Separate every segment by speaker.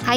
Speaker 1: Hi,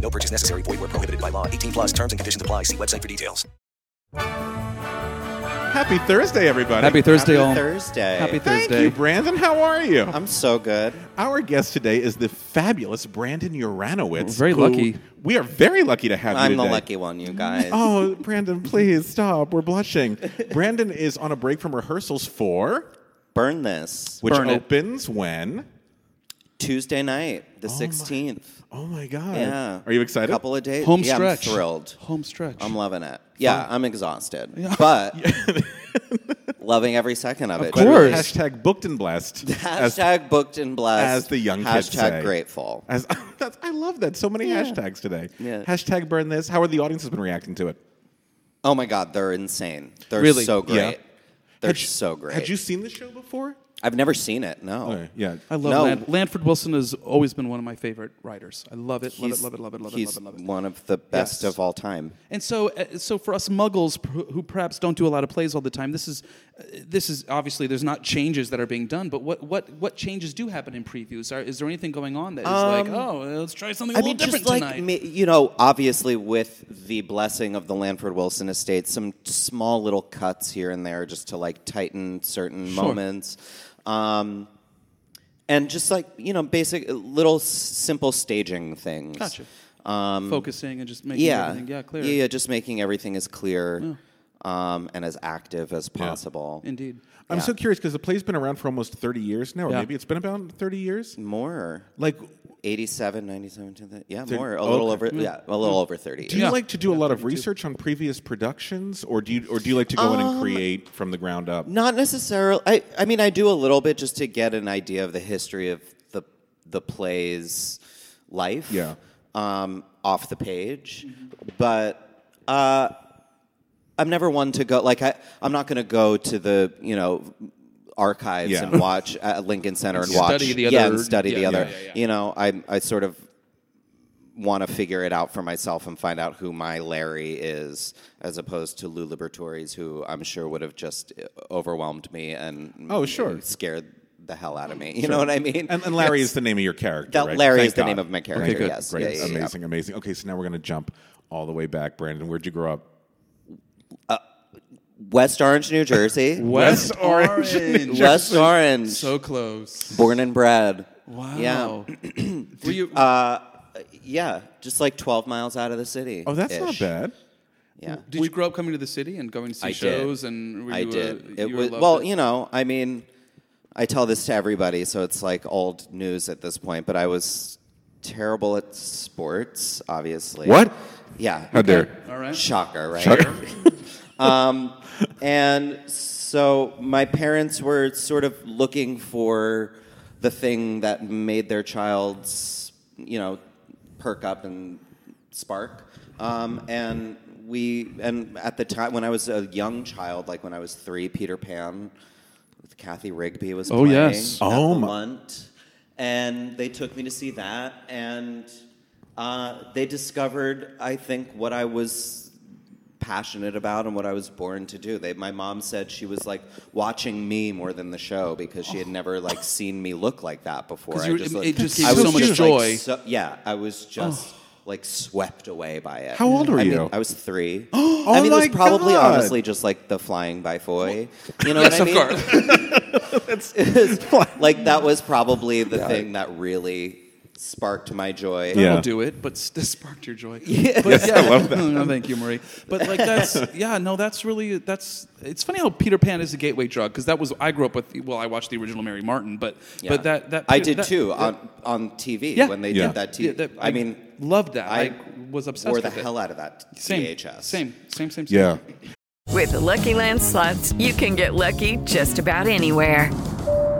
Speaker 2: No purchase necessary. Void where prohibited by law. 18 plus terms and conditions apply. See website for details.
Speaker 3: Happy Thursday, everybody.
Speaker 4: Happy Thursday,
Speaker 5: Happy
Speaker 4: all.
Speaker 5: Thursday.
Speaker 4: Happy
Speaker 3: Thank
Speaker 4: Thursday.
Speaker 3: you, Brandon. How are you?
Speaker 5: I'm so good.
Speaker 3: Our guest today is the fabulous Brandon Uranowitz.
Speaker 4: Very
Speaker 3: who-
Speaker 4: lucky.
Speaker 3: We are very lucky to have
Speaker 5: I'm
Speaker 3: you
Speaker 5: the
Speaker 3: today.
Speaker 5: lucky one, you guys.
Speaker 3: Oh, Brandon, please stop. We're blushing. Brandon is on a break from rehearsals for,
Speaker 5: Burn this.
Speaker 3: which
Speaker 4: Burn it.
Speaker 3: opens when?
Speaker 5: Tuesday night, the 16th.
Speaker 3: Oh my God.
Speaker 5: Yeah.
Speaker 3: Are you excited?
Speaker 5: Couple of days.
Speaker 4: Home
Speaker 5: yeah,
Speaker 4: stretch.
Speaker 5: I'm thrilled.
Speaker 4: Home stretch.
Speaker 5: I'm loving it. Yeah, I'm exhausted, but loving every second of it.
Speaker 4: course.
Speaker 5: truly.
Speaker 3: Hashtag booked and blessed. As-
Speaker 5: Hashtag booked and blessed.
Speaker 3: as the young kids
Speaker 5: Hashtag
Speaker 3: say.
Speaker 5: grateful.
Speaker 3: As, that's, I love that. So many hashtags today.
Speaker 5: Yeah.
Speaker 3: Hashtag burn this. How are the audiences been reacting to it?
Speaker 5: Oh my God, they're insane. They're
Speaker 4: Really?
Speaker 5: so great.
Speaker 3: Yeah.
Speaker 5: They're
Speaker 3: Had you-
Speaker 5: so great.
Speaker 3: Had you seen the show before?
Speaker 5: I've never seen it. No.
Speaker 3: Okay, yeah.
Speaker 4: I love
Speaker 5: No.
Speaker 4: Lan- Lanford Wilson has always been one of my favorite writers. I love it, love it,
Speaker 5: He's-
Speaker 4: love it, love it, love it,
Speaker 5: he's
Speaker 4: love it, love it.
Speaker 5: one of the best
Speaker 4: Yes.
Speaker 5: of all time.
Speaker 4: And so, uh, so for us muggles p- who perhaps don't do a lot of plays all the time, this is, uh, this is obviously there's not changes that are being done. But what what what changes do happen in previews? Are, is there anything going on that is
Speaker 5: Um,
Speaker 4: like, oh, let's try something a little different
Speaker 5: just
Speaker 4: tonight?
Speaker 5: Like, ma- you know, obviously with the blessing of the Lanford Wilson estate, some small little cuts here and there just to like tighten certain moments. Um, and just like, you know, basic little s- simple staging things.
Speaker 4: Gotcha.
Speaker 5: Um,
Speaker 4: Focusing and just making
Speaker 5: yeah.
Speaker 4: everything yeah clear.
Speaker 5: Yeah, yeah, just making everything as clear um, and as active as possible.
Speaker 4: Indeed.
Speaker 3: I'm so curious because the play's been around for almost 30 years now, or
Speaker 4: Yeah.
Speaker 3: maybe it's been about 30 years.
Speaker 5: More.
Speaker 3: Like,
Speaker 5: 87, 97, to the- yeah,
Speaker 3: Thir-
Speaker 5: more. A little
Speaker 3: okay.
Speaker 5: over, yeah, a little over 30.
Speaker 3: do you like to do a lot of research on previous productions, or do you or do you like to go
Speaker 5: Um,
Speaker 3: in and create from the ground up?
Speaker 5: Not necessarily. I, I mean, I do a little bit just to get an idea of the history of the the play's life.
Speaker 3: Yeah.
Speaker 5: Um, off the page,
Speaker 4: Mm-hmm.
Speaker 5: but uh, I'm never one to go. Like I, I'm not going to go to the you know archives
Speaker 3: Yeah.
Speaker 5: and watch at Lincoln Center and watch
Speaker 4: Study the
Speaker 5: yeah
Speaker 4: other-
Speaker 5: and study the
Speaker 4: yeah,
Speaker 5: other.
Speaker 4: yeah, yeah, yeah.
Speaker 5: You know, I I sort of want to figure it out for myself and find out who my Larry is, as opposed to Lou Libertories, who I'm sure would have just uh, overwhelmed me and
Speaker 3: Oh, sure.
Speaker 5: scared the hell out of me. You know what I mean?
Speaker 3: And, and Larry
Speaker 5: It's-
Speaker 3: is the name of your character.
Speaker 5: That
Speaker 3: right?
Speaker 5: Larry
Speaker 3: Thank
Speaker 5: is the
Speaker 3: God.
Speaker 5: name of my character,
Speaker 3: Okay, good.
Speaker 5: yes.
Speaker 3: Great.
Speaker 5: Yeah, yeah, yeah.
Speaker 3: amazing, amazing. Okay, so now we're going to jump all the way back, Brandon. Where'd you grow up?
Speaker 5: West Orange, New Jersey.
Speaker 4: West
Speaker 3: Orange.
Speaker 4: Orange.
Speaker 5: West Orange,
Speaker 4: so close.
Speaker 5: born and bred. Yeah,
Speaker 4: Wow.
Speaker 5: Uh,
Speaker 4: Were you?
Speaker 5: yeah, just like 12 miles out of the city.
Speaker 3: Oh, that's not bad.
Speaker 5: Yeah.
Speaker 4: Did you grow up coming to the city and going to see
Speaker 5: I
Speaker 4: shows?
Speaker 5: did.
Speaker 4: And were
Speaker 5: I
Speaker 4: you
Speaker 5: did.
Speaker 4: A,
Speaker 5: it
Speaker 4: you
Speaker 5: was, well, you know, I mean, I tell this to everybody, so it's like old news at this point. But I was terrible at sports, obviously.
Speaker 3: What?
Speaker 5: Yeah.
Speaker 3: How dare?
Speaker 4: All right.
Speaker 5: Shocker, right? um, and so my parents were sort of looking for the thing that made their child's, you know, perk up and spark. Um, and we, and at the time when I was a young child, like when I was three, Peter Pan with Kathy Rigby was
Speaker 4: Oh,
Speaker 5: playing
Speaker 4: yes.
Speaker 5: at
Speaker 3: Oh,
Speaker 5: the
Speaker 3: my-
Speaker 5: Lunt, and they took me to see that, and uh, they discovered, I think, what I was passionate about and what I was born to do. They, my mom said she was like watching me more than the show because she
Speaker 6: Oh.
Speaker 5: had never like seen me look like that before.
Speaker 4: 'Cause
Speaker 5: I
Speaker 4: you were- it-
Speaker 5: looked-
Speaker 4: it just
Speaker 5: I
Speaker 4: gave
Speaker 5: was
Speaker 4: so much
Speaker 5: like,
Speaker 4: joy.
Speaker 5: so- yeah, I was just
Speaker 4: like swept away by it.
Speaker 6: Oh. How old were
Speaker 4: I
Speaker 6: you?
Speaker 4: Mean, I was three.
Speaker 6: Oh
Speaker 4: I mean, it was
Speaker 6: my
Speaker 4: probably
Speaker 6: God.
Speaker 4: honestly just like the flying by Foy. You know
Speaker 2: yes,
Speaker 4: what I mean?
Speaker 2: of course.
Speaker 4: like that was probably the thing that really sparked my joy.
Speaker 6: Yeah.
Speaker 2: That'll do it, but st- sparked your joy. But, yeah, I love that. no, thank you, Marie. But like that's yeah, no, that's really that's. It's funny how Peter Pan is a gateway drug because that was I grew up with. Well, I watched the original Mary Martin, but
Speaker 4: Yeah.
Speaker 2: but that that
Speaker 4: I did
Speaker 2: that-
Speaker 4: too
Speaker 2: that-
Speaker 4: on on TV
Speaker 2: Yeah.
Speaker 4: when they
Speaker 6: Yeah.
Speaker 4: did that TV.
Speaker 2: yeah, that-
Speaker 4: I mean,
Speaker 2: loved that. I,
Speaker 4: I
Speaker 2: was obsessed
Speaker 4: wore
Speaker 2: with
Speaker 4: the
Speaker 2: it.
Speaker 4: hell out of that
Speaker 2: same,
Speaker 4: VHS.
Speaker 2: Same, same, same, same.
Speaker 6: Yeah.
Speaker 7: With the Lucky Land slots, you can get lucky just about anywhere.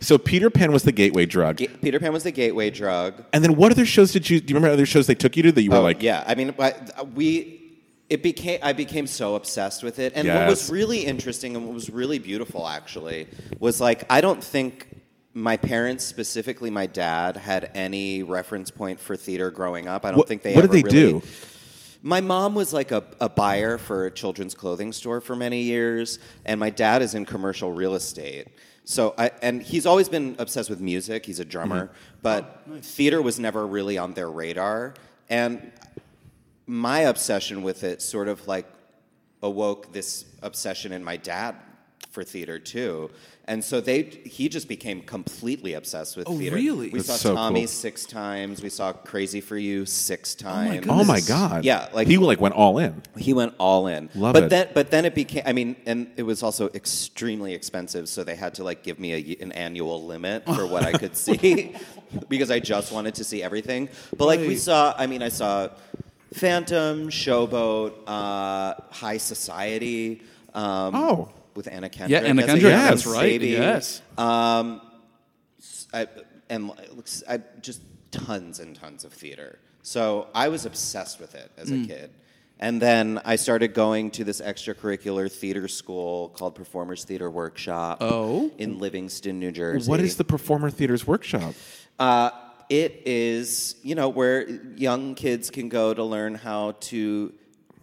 Speaker 6: So Peter Pan was the gateway drug.
Speaker 4: Ga- Peter Pan was the gateway drug.
Speaker 6: And then what other shows did you? Do you remember other shows they took you to that you were
Speaker 4: Oh,
Speaker 6: like,
Speaker 4: yeah. I mean, I, we it became I became so obsessed with it. And what was
Speaker 6: Yes.
Speaker 4: really interesting and what was really beautiful actually was like I don't think my parents, specifically my dad, had any reference point for theater growing up. I don't
Speaker 6: What-
Speaker 4: think they.
Speaker 6: what
Speaker 4: ever
Speaker 6: did they
Speaker 4: really,
Speaker 6: do?
Speaker 4: My mom was like a, a buyer for a children's clothing store for many years, and my dad is in commercial real estate. So I and he's always been obsessed with music. He's a drummer, but theater was never really on their radar. And my obsession with it sort of like awoke this obsession in my dad for theater too. And so they he just became completely obsessed with
Speaker 2: Oh,
Speaker 4: theater.
Speaker 2: really?
Speaker 4: We
Speaker 2: That's
Speaker 4: saw
Speaker 2: so
Speaker 4: Tommy
Speaker 2: cool.
Speaker 4: six times. We saw Crazy for You six times.
Speaker 6: oh my god,
Speaker 4: Yeah, like
Speaker 6: he like went all in.
Speaker 4: He went all in.
Speaker 6: Love
Speaker 4: but
Speaker 6: it.
Speaker 4: then but then it became I mean and it was also extremely expensive so they had to like give me a, y- an annual limit for what I could see because I just wanted to see everything. But like we
Speaker 2: Right.
Speaker 4: saw I mean I saw Phantom, Showboat, uh, High Society um,
Speaker 6: Oh.
Speaker 4: with Anna Kendrick.
Speaker 2: Yeah, Anna
Speaker 4: as a
Speaker 2: Kendrick,
Speaker 4: young
Speaker 2: that's right,
Speaker 4: baby.
Speaker 2: yes.
Speaker 4: Um, s- I, and it looks, I just tons and tons of theater. So I was obsessed with it as a
Speaker 2: Mm.
Speaker 4: kid. And then I started going to this extracurricular theater school called Performers Theater Workshop
Speaker 6: Oh.
Speaker 4: in Livingston, New Jersey.
Speaker 6: What is the Performer Theaters Workshop?
Speaker 4: Uh, it is, you know, where young kids can go to learn how to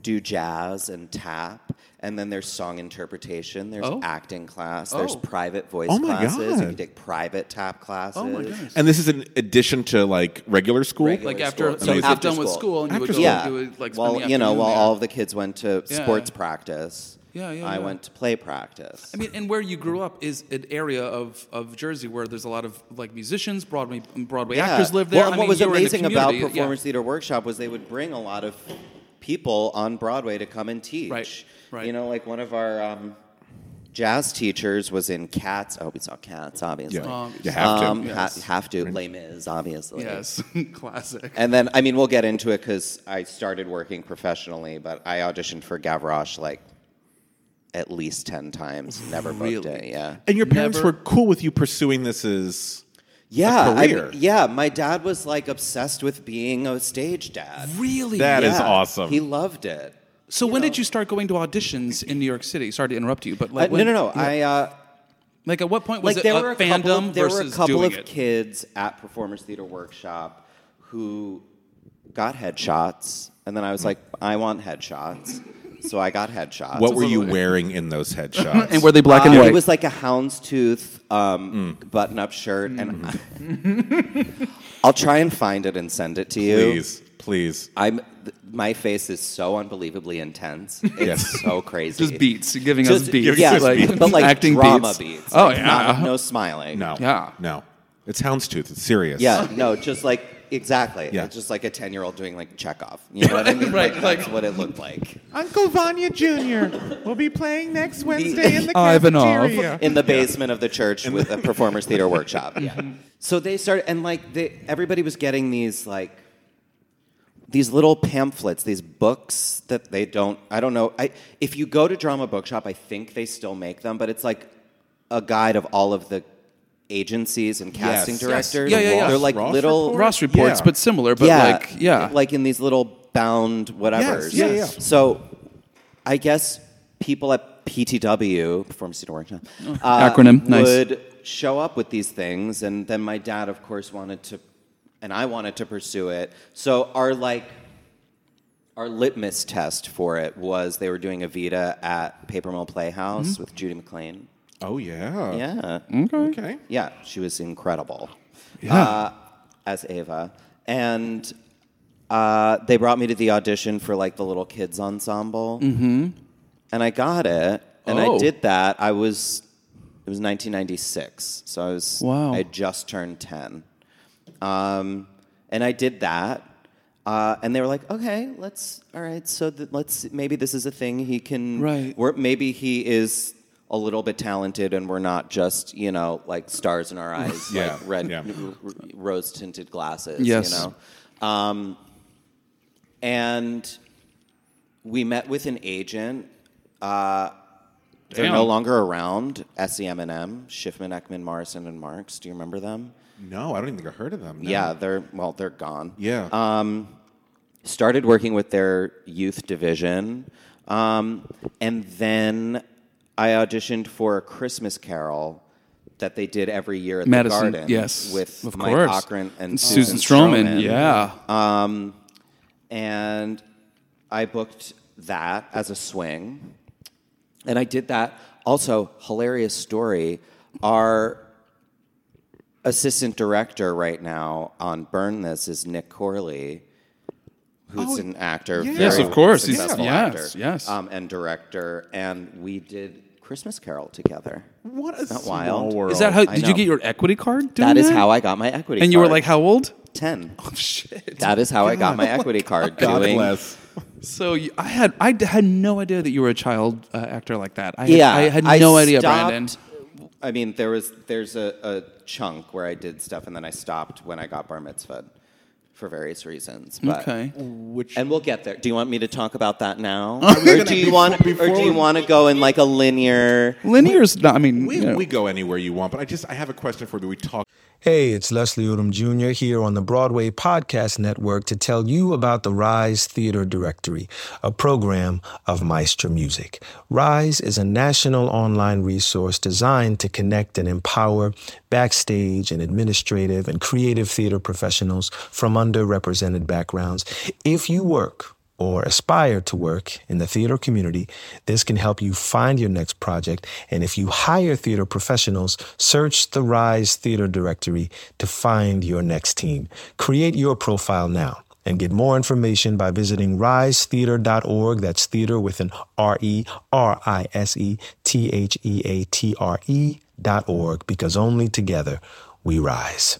Speaker 4: do jazz and tap. And then there's song interpretation, there's
Speaker 6: Oh.
Speaker 4: acting class,
Speaker 6: Oh.
Speaker 4: there's private voice
Speaker 6: Oh my
Speaker 4: classes. You can
Speaker 6: God.
Speaker 4: take private tap classes.
Speaker 2: Oh my goodness.
Speaker 6: And this is in addition to like regular school,
Speaker 4: Regular
Speaker 2: Like after-
Speaker 4: school.
Speaker 2: so you get After done with school. school and you would go
Speaker 4: yeah.
Speaker 2: do it, like, spend
Speaker 4: Well,
Speaker 2: the
Speaker 4: you know,
Speaker 2: afternoon
Speaker 4: while
Speaker 2: there.
Speaker 4: all of the kids went to
Speaker 2: Yeah.
Speaker 4: sports practice,
Speaker 2: Yeah, yeah,
Speaker 4: I
Speaker 2: yeah.
Speaker 4: went to play practice.
Speaker 2: I mean, and where you grew up is an area of, of Jersey where there's a lot of like musicians, Broadway Broadway actors live there.
Speaker 4: Well,
Speaker 2: I
Speaker 4: and
Speaker 2: mean,
Speaker 4: what was
Speaker 2: you were in the
Speaker 4: amazing about
Speaker 2: community, yeah.
Speaker 4: Performance Theater Workshop was they would bring a lot of people on Broadway to come and teach.
Speaker 2: Right, right.
Speaker 4: You know, like one of our um, jazz teachers was in Cats. Oh, we saw Cats, obviously.
Speaker 6: Yeah. Um, You have to.
Speaker 4: Um, ha-
Speaker 2: Yes.
Speaker 4: have to. Les Mis, obviously.
Speaker 2: Yes, classic.
Speaker 4: And then, I mean, we'll get into it because I started working professionally, but I auditioned for Gavroche like at least 10 times, never booked it. Yeah.
Speaker 6: and your parents
Speaker 2: Never-
Speaker 6: were cool with you pursuing this as
Speaker 4: Yeah,
Speaker 6: a
Speaker 4: I-
Speaker 6: career.
Speaker 4: yeah. My dad was like obsessed with being a stage dad.
Speaker 2: really?
Speaker 6: That is
Speaker 4: Yeah.
Speaker 6: awesome.
Speaker 4: He loved it.
Speaker 2: so when did you start going to auditions in New York City? Sorry to interrupt you, but
Speaker 4: Uh,
Speaker 2: like
Speaker 4: no,
Speaker 2: when-
Speaker 4: no, no. I uh,
Speaker 2: Like at what point was
Speaker 4: like
Speaker 2: it
Speaker 4: there
Speaker 2: a
Speaker 4: were a
Speaker 2: fandom
Speaker 4: couple of, there were a
Speaker 2: versus
Speaker 4: couple
Speaker 2: doing
Speaker 4: of
Speaker 2: it?
Speaker 4: kids at Performers Theater Workshop who got headshots, and then I was
Speaker 2: Hmm.
Speaker 4: like, I want headshots, so I got headshots.
Speaker 6: what were you wearing in those headshots?
Speaker 2: And were they black
Speaker 4: Uh,
Speaker 2: and white?
Speaker 4: It was like a houndstooth um,
Speaker 6: Hmm.
Speaker 4: button-up shirt, and I,
Speaker 2: Hmm.
Speaker 4: I'll try and find it and send it to you.
Speaker 6: please, please.
Speaker 4: I'm th- my face is so unbelievably intense. It's
Speaker 6: Yes.
Speaker 4: so crazy.
Speaker 2: Just beats, you're giving us
Speaker 4: Just-
Speaker 2: beats.
Speaker 4: Yeah,
Speaker 6: Just
Speaker 4: like,
Speaker 6: beats.
Speaker 4: but like
Speaker 2: Acting
Speaker 4: drama
Speaker 2: beats.
Speaker 4: beats.
Speaker 2: Oh,
Speaker 4: like,
Speaker 2: yeah.
Speaker 4: not- no smiling.
Speaker 6: No,
Speaker 2: Yeah.
Speaker 6: no. It's houndstooth. It's serious.
Speaker 4: Yeah, no, just like
Speaker 2: exactly.
Speaker 3: Yeah.
Speaker 2: It's just like a ten-year-old doing like Chekhov. You know what I mean?
Speaker 5: Right,
Speaker 2: Like,
Speaker 5: like-
Speaker 2: that's what it looked like.
Speaker 8: Uncle Vanya Jr. will be playing next Wednesday in the cafeteria.
Speaker 2: in the basement of the church with a performers theater workshop. Yeah. So they started, and like they, everybody was getting these like these little pamphlets, these books that they don't. I don't know. I if you go to Drama Bookshop, I think they still make them, but it's like a guide of all of the agencies and casting
Speaker 5: Yes.
Speaker 2: directors.
Speaker 5: Yeah, yeah, yeah.
Speaker 2: They're like
Speaker 5: Ross
Speaker 2: little
Speaker 5: report? Ross reports, but similar, but like- yeah.
Speaker 2: like in these little bound
Speaker 5: Yes,
Speaker 2: whatevers.
Speaker 5: yeah, yeah.
Speaker 2: So I guess people at PTW, Performance Theater Workshop,
Speaker 5: Oh. Acronym, nice.
Speaker 2: uh, would show up with these things, and then my dad, of course, wanted to, and I wanted to pursue it. So our like our litmus test for it was they were doing Evita at Paper Mill Playhouse
Speaker 5: Mm-hmm.
Speaker 3: Mhm.
Speaker 2: with Judy McLean.
Speaker 3: Oh yeah.
Speaker 2: Yeah.
Speaker 3: Okay. Okay.
Speaker 2: Yeah, she was incredible.
Speaker 3: Yeah.
Speaker 2: Uh, as Ava, and uh, they brought me to the audition for like the little kids ensemble,
Speaker 5: Mm-hmm.
Speaker 2: and I got it, and
Speaker 5: Oh.
Speaker 2: I did that. I was it was 1996, so I was
Speaker 5: Wow.
Speaker 2: I had just turned 10, um, and I did that. Uh, and they were like, okay, let's, all right, so th- let's, maybe this is a thing he can,
Speaker 5: Right.
Speaker 2: we're, maybe he is a little bit talented and we're not just, you know, like stars in our eyes,
Speaker 3: Yeah,
Speaker 2: like red,
Speaker 3: yeah.
Speaker 2: rose tinted glasses,
Speaker 5: Yes.
Speaker 2: you know? Um, and we met with an agent. Uh, they're
Speaker 5: Damn.
Speaker 2: no longer around. E SEMNM, Schiffman, Ekman, Morrison, and Marks. Do you remember them?
Speaker 3: No, I don't even think I heard of them. no.
Speaker 2: Yeah, they're well, they're gone.
Speaker 3: Yeah.
Speaker 2: Um, started working with their youth division, um, and then I auditioned for a Christmas Carol that they did every year at
Speaker 5: Madison,
Speaker 2: the Garden.
Speaker 5: yes,
Speaker 2: with
Speaker 5: of
Speaker 2: Mike
Speaker 5: course.
Speaker 2: Cochran and,
Speaker 5: And
Speaker 2: Susan,
Speaker 5: Susan Stroman,
Speaker 2: yeah. Um, and I booked that as a swing, and I did that. Also, hilarious story. Our assistant director right now on Burn This is Nick Corley, who's
Speaker 5: Oh,
Speaker 2: an actor.
Speaker 5: yes,
Speaker 2: very
Speaker 5: of course, he's-
Speaker 2: Successful
Speaker 5: yes,
Speaker 2: actor,
Speaker 5: yes.
Speaker 2: Um, and director. And we did Christmas Carol together.
Speaker 3: What
Speaker 2: Isn't that wild?
Speaker 5: Is that how?
Speaker 2: I
Speaker 5: Did you
Speaker 2: know.
Speaker 5: get your equity card? Doing
Speaker 2: That is how I got my equity
Speaker 5: And you were
Speaker 2: card.
Speaker 5: like, how old?
Speaker 2: Ten. Oh shit. That is how I got my equity card.
Speaker 5: God
Speaker 2: doing,
Speaker 5: bless. So you- I had I d- had no idea that you were a child uh, actor like that. I,
Speaker 2: yeah,
Speaker 5: I had no idea,
Speaker 2: stopped-
Speaker 5: Brandon.
Speaker 2: I mean, there was there's a, a chunk where I did stuff, and then I stopped when I got bar mitzvah for various reasons. But,
Speaker 5: Okay.
Speaker 2: Which and we'll get there. Do you want me to talk about that now,
Speaker 5: I was
Speaker 2: or
Speaker 5: gonna-
Speaker 2: do you want
Speaker 3: before-
Speaker 2: or do you want to go in like a linear?
Speaker 5: Linear's not. I mean,
Speaker 3: we,
Speaker 2: you know.
Speaker 3: we go anywhere you want, but I just I have a question for you. We talk.
Speaker 4: Hey, it's Leslie Odom Jr. here on the Broadway Podcast Network to tell you about the Rise Theater Directory, a program of Maestro Music. Rise is a national online resource designed to connect and empower backstage and administrative and creative theater professionals from underrepresented backgrounds. If you work, or aspire to work in the theater community, this can help you find your next project. And if you hire theater professionals, search the Rise Theater Directory to find your next team. Create your profile now and get more information by visiting risetheater.org. That's theater with an R E R I S E T H E A T R E dot org because only together we rise.